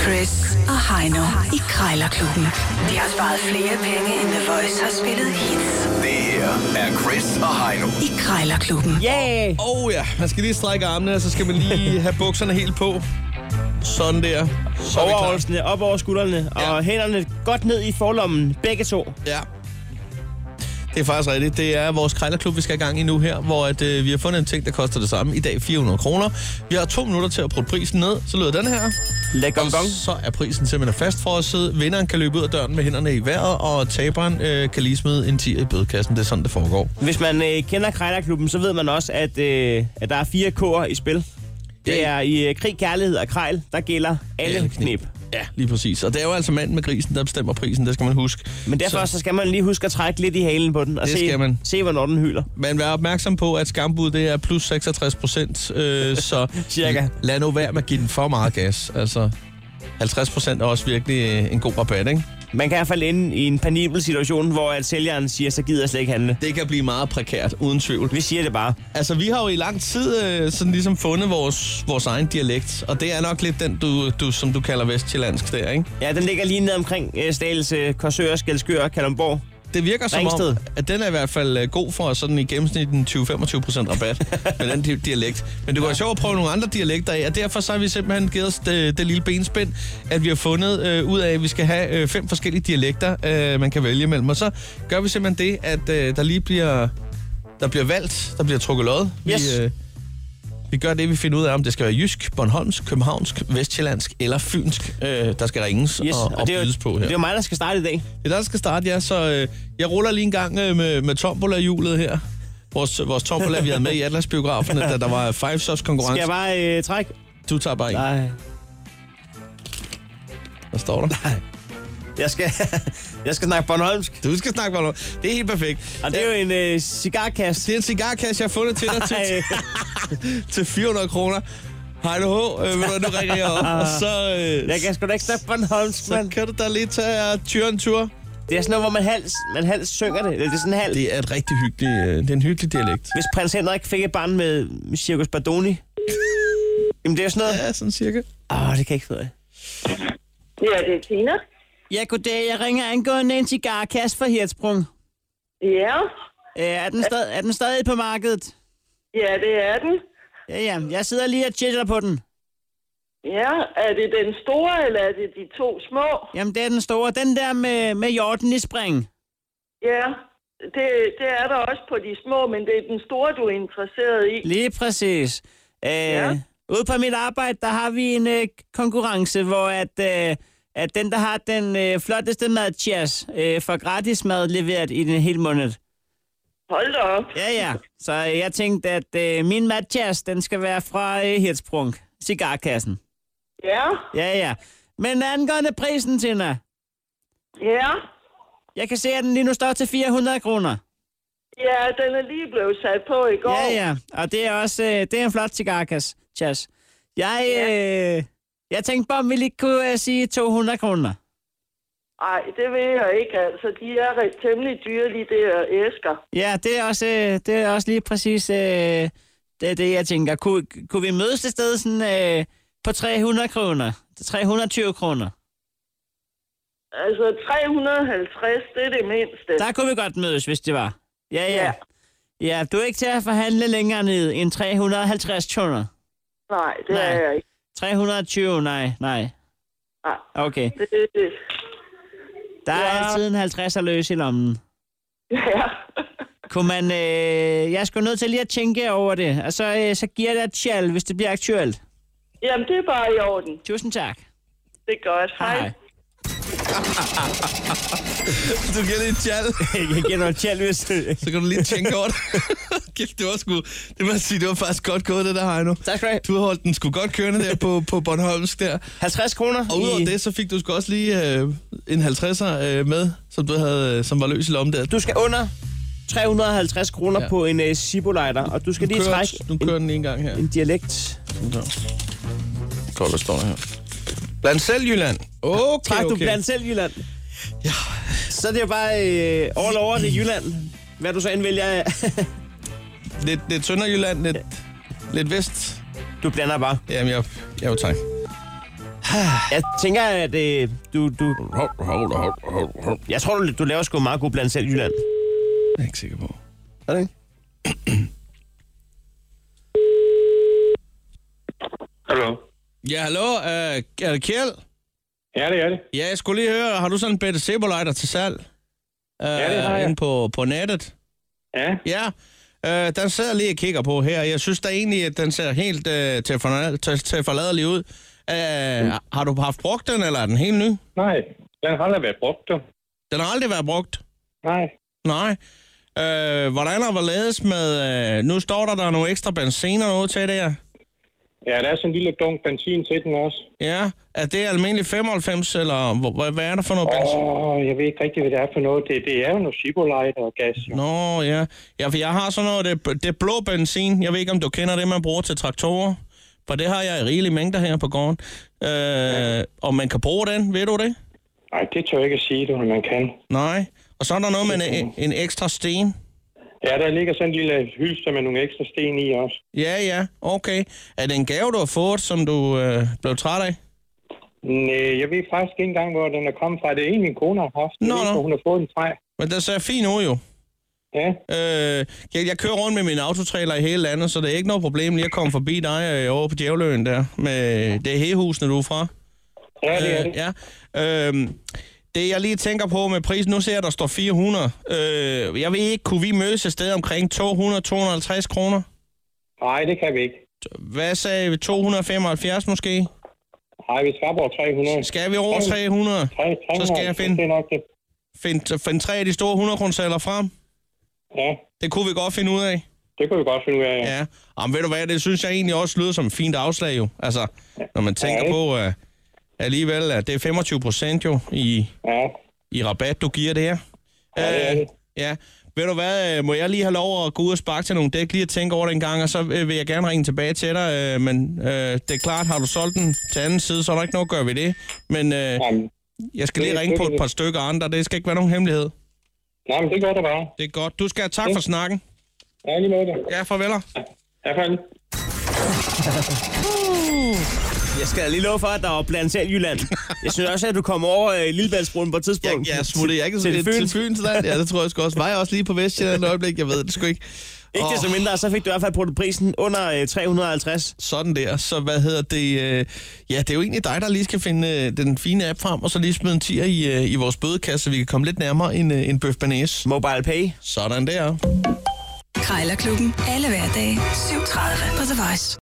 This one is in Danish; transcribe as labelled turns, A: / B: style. A: Chris og Heino i Krejlerklubben. De har sparet flere penge, end The Voice har spillet hits
B: Det her er Chris og Heino.
A: i Krejlerklubben.
C: Yeah!
D: Åh oh, ja, man skal lige strække armene, og så skal man lige have bukserne helt på. Sådan der. Så er vi klar.
C: Overholdsene op over skuldrene,
D: Ja.
C: og hænderne godt ned i forlommen, begge to.
D: Ja. Det er faktisk rigtigt. Det er vores krejlerklub, vi skal i gang i nu her, hvor at, øh, vi har fundet en ting, der koster det samme. I dag 400 kroner. Vi har to minutter til at putte prisen ned. Så lyder den her.
C: Læg gong gong.
D: Så er prisen simpelthen fast for os. Vinderen kan løbe ud af døren med hænderne i vejret, og taberen øh, kan lige smide en 10 i bødekassen. Det er sådan, det foregår.
C: Hvis man øh, kender Krejlerklubben, så ved man også, at, øh, at der er fire K'er i spil. Det
D: Ja.
C: er i øh, krig, kærlighed og krejl, der gælder alle
D: Alle knep.
C: knep.
D: Ja, lige præcis. Og det er jo altså manden med grisen, der bestemmer prisen. Det skal man huske.
C: Men derfor så skal man lige huske at trække lidt i halen på den, og
D: Det
C: se,
D: skal man.
C: se, hvornår den hyler.
D: Men vær opmærksom på, at skambud det er plus 66 procent, øh, så
C: Cirka.
D: lad nu være med at give den for meget gas. Altså, 50 procent er også virkelig øh, en god rabat, ikke?
C: Man kan i hvert fald ende i en penibel situation, hvor at sælgeren siger, så gider jeg slet ikke handle.
D: Det kan blive meget prekært, uden tvivl.
C: Vi siger det bare.
D: Altså, vi har jo i lang tid øh, sådan ligesom fundet vores, vores egen dialekt, og det er nok lidt den, du, du, som du kalder vestjyllandsk der, ikke?
C: Ja, den ligger lige ned omkring øh, Stagelse, Korsør, Skelskør, Kalundborg.
D: Det virker som
C: Ringsted.
D: om, at den er i hvert fald øh, god for sådan i gennemsnit en 20-25 procent rabat med den di- dialekt. Men det kunne være sjovt at prøve nogle andre dialekter af, og derfor så har vi simpelthen givet os det, det lille benspænd, at vi har fundet øh, ud af, at vi skal have øh, fem forskellige dialekter, øh, man kan vælge imellem. Og så gør vi simpelthen det, at øh, der lige bliver, der bliver valgt, der bliver trukket lod.
C: Yes.
D: Vi, øh, vi gør det, vi finder ud af, om det skal være jysk, bornholmsk, københavnsk, vestjyllandsk eller fynsk, øh, der skal ringes yes, og, og,
C: det, er jo,
D: bydes på her.
C: det er jo mig, der skal starte i dag.
D: Det er der, der skal starte, ja. Så øh, jeg ruller lige en gang øh, med, med tombola-hjulet her. Vores, vores tombola, vi havde med i Atlas-biograferne, da der var Five Shots
C: Skal jeg
D: konkurrence.
C: bare øh, trække?
D: Du tager bare en.
C: Nej.
D: Hvad står der?
C: Jeg skal, jeg skal snakke Bornholmsk.
D: Du skal snakke bare noget. Det er helt perfekt.
C: Og det er jo en øh, cigarkasse.
D: det er en cigarkasse, jeg har fundet til dig til,
C: Ej,
D: til 400 kroner. Hej du, øh, ved du, hvad, nu ringer jeg op, og så, øh,
C: jeg kan sgu da ikke snakke Bornholmsk,
D: så
C: mand.
D: kan du da lige tage uh, tyren tur.
C: Det er sådan noget, hvor man hals, man hals synger det. Eller det er sådan en hals.
D: Det er et rigtig hyggeligt, øh, det er en hyggelig dialekt.
C: Hvis prins Henrik fik et barn med Circus Bardoni. Jamen, det er jo sådan noget.
D: Ja, sådan cirka.
C: Åh, oh, det kan jeg ikke finde ud af.
E: Ja, det er Tina.
C: Ja, goddag. Jeg ringer angående en cigarkasse fra Hirtsprung.
E: Ja,
C: Øh, er, den stadig, er den stadig på markedet?
E: ja, det er den.
C: Ja, ja. Jeg sidder lige og tjekker på den.
E: Ja, er det den store, eller er det de to små?
C: Jamen, det er den store. Den der med, med jorden i spring.
E: Ja, det, det er der også på de små, men det er den store, du er interesseret i.
C: Lige præcis. Øh, ja. Ude på mit arbejde, der har vi en øh, konkurrence, hvor at, øh, at den, der har den øh, flotteste mad, cheers, øh, får gratis mad leveret i den hele måned.
E: Hold da op.
C: Ja, ja. Så øh, jeg tænkte, at øh, min mad, cheers, den skal være fra øh, Hirtsprung. Cigarkassen.
E: Ja,
C: Ja, ja. Men angående prisen, Tina.
E: ja.
C: Jeg kan se, at den lige nu står til 400 kroner.
E: Ja, den er lige blevet sat på i går.
C: Ja, ja. Og det er også øh, det er en flot cigarkas, Chas. Jeg, øh, jeg tænkte på, om vi lige kunne øh, sige 200 kroner.
E: Ej, det ved jeg ikke, altså. De er ret temmelig dyre, de der æsker.
C: Ja, det er også, øh, det er også lige præcis øh, det, er det, jeg tænker. Kunne, kunne vi mødes et sted sådan, øh, på 300 kroner? 320 kroner.
E: Altså, 350, det er det mindste.
C: Der kunne vi godt mødes, hvis det var. Ja, ja.
E: Ja.
C: Ja, du er ikke til at forhandle længere ned end 350 kroner.
E: Nej, det
C: Nej.
E: er jeg ikke.
C: 320, nej, nej.
E: Nej.
C: Okay.
E: Det, det,
C: Der er
E: Ja.
C: altid en 50'er løs i lommen.
E: ja.
C: Kunne man, øh, jeg skulle nødt til lige at tænke over det, og så, øh, så giver jeg dig et tjal, hvis det bliver aktuelt.
E: Jamen, det er bare i orden.
C: Tusind tak.
E: Det er godt. Hej. Hej.
D: Du giver lige et tjal.
C: Jeg giver dig et tjal, hvis
D: Så kan du lige tænke over det. Kæft, det var sgu... Det må jeg sige, det var faktisk godt gået, det der, Heino.
C: Tak skal du have.
D: Du har holdt den sgu godt kørende der på, på Bornholmsk der.
C: 50 kroner.
D: Og udover
C: i-
D: det, så fik du sgu også lige øh, en 50'er øh, med, som, du havde, øh, som var løs i lommen der. Du
C: Du skal under 350 kroner
D: Ja.
C: ja. på en øh, Zippo-lighter, og du skal lige
D: kører,
C: trække
D: nu kører den lige en gang her.
C: en, en dialekt.
D: Godt, der står der her. Bland selv, Jylland. Okay,
C: Træk du
D: okay.
C: blandt selv Jylland. Ja. Så er det jo bare øh, all over det Jylland. Hvad du så end vælger.
D: Lidt, lidt Sønderjylland, lidt, lidt vest.
C: du blander bare.
D: Jamen, jeg, jeg jo tak.
C: Jeg tænker, at øh, du, du... Jeg tror, du, du laver sgu en meget god blandt selv i Jylland.
D: Jeg er ikke sikker på.
C: Er det ikke?
F: Hallo.
D: Ja, hallo. Øh, er det Kjeld?
F: Ja, det er det.
D: Ja, jeg skulle lige høre, har du sådan en bedre Zebolejder til salg? Øh,
F: det har jeg.
D: Inde på, på nettet?
F: Ja,
D: Ja, øh, den sidder jeg lige og kigger på her. Jeg synes da egentlig, at den ser helt øh, til, forna- til, til forladelig ud. Øh,
F: Mm.
D: Har du haft brugt den, eller er den helt ny?
F: nej. Den har aldrig været brugt, du.
D: Den har aldrig været brugt.
F: Nej.
D: Nej. Øh, hvordan har ledes med... Øh, nu står der, der er nogle ekstra benzin og noget til der.
F: Ja, der er sådan en lille dunk benzin til den også.
D: Ja, er det almindelig 95, eller hvor- hvad, hvad er det for noget benzin?
F: Åh, oh, jeg ved ikke rigtig, hvad det er for noget. Det, det er jo noget cibolejt og gas. jo.
D: Nå, ja. Ja, for jeg har sådan noget, det, det blå benzin. Jeg ved ikke, om du kender det, man bruger til traktorer. For det har jeg i rigelige mængder her på gården. Øh, Og man kan bruge den, ved du det?
F: Nej, det tør jeg ikke at sige, du, man kan.
D: Nej. Og så er der noget med en, en ekstra sten.
F: Ja, der ligger sådan en lille hylster med nogle ekstra sten i også.
D: Ja, ja, okay. Er det en gave, du har fået, som du øh, blev træt af?
F: Nej, jeg ved faktisk ikke engang, hvor den er kommet fra. Det er en, min kone har haft. Jeg
D: Nå,
F: ved ikke,
D: nå.
F: hvor hun har fået den fra.
D: Men den ser fin ud jo.
F: Ja,
D: Øh, jeg, jeg kører rundt med min autotrailer i hele landet, så det er ikke noget problem lige at komme forbi dig øh, over på Djævløen der. Med det hehusene, du er fra.
F: ja det er det.
D: Øh, ja. Øh, det jeg lige tænker på med prisen, nu ser jeg, der står 400. Øh, jeg ved ikke, kunne vi mødes et sted omkring 200-250 kroner?
F: Nej, det kan vi ikke.
D: Hvad sagde vi? 275 måske?
F: Nej, vi skal op over 300.
D: Skal vi over 300?
F: 300
D: Så skal jeg
F: Det
D: finde,
F: er nok det.
D: finde, finde tre af de store 100 kroner frem.
F: Ja,
D: Det kunne vi godt finde ud af.
F: det kunne vi godt finde ud af. Ja.
D: Ja, Jamen, ved du hvad, det synes jeg egentlig også lyder som et fint afslag jo. Altså, når man tænker
F: Ja, ikke?
D: på, uh, alligevel, at det er 25 procent jo i,
F: ja.
D: i rabat, du giver det her.
F: Ja, det er
D: Øh,
F: det.
D: ja, ved du hvad, øh, må jeg lige have lov at gå ud og sparke til nogle dæk, lige at tænke over det en gang, og så øh, vil jeg gerne ringe tilbage til dig, øh, men øh, det er klart, har du solgt den til anden side, så er der ikke noget at gøre ved det. Men øh,
F: Jamen,
D: jeg skal
F: det
D: lige
F: er
D: ringe på et
F: selvfølgelig.
D: par stykker andre, det skal ikke være nogen hemmelighed.
F: jamen, det går da bare.
D: Det er godt. Du skal have tak for snakken.
F: Ja, lige med det.
D: Ja, farveler.
F: Ja, fanden.
C: Jeg skal da lige love for, at der var blandt selv Jylland. Jeg synes også, at du kom over øh, Lillebæltsbroen på et tidspunkt.
D: Jeg, jeg smutter jeg er ikke til, til, Fyns. til Fyns land. Ja, det tror jeg sgu også. Var jeg også lige på Vestjylland et øjeblik? Jeg ved det sgu ikke.
C: Ikke det som mindre, så fik du i hvert fald brugt prisen under øh, 350.
D: Sådan der. Så hvad hedder det? øh, Ja, det er jo egentlig dig, der lige skal finde øh, den fine app frem, og så lige smide en tier i, øh, i vores bødekasse, så vi kan komme lidt nærmere en, øh, en bøf banæs.
C: Mobile Pay.
D: Sådan der.
A: Krejlerklubben. Alle hverdage. 7.30 på The Voice.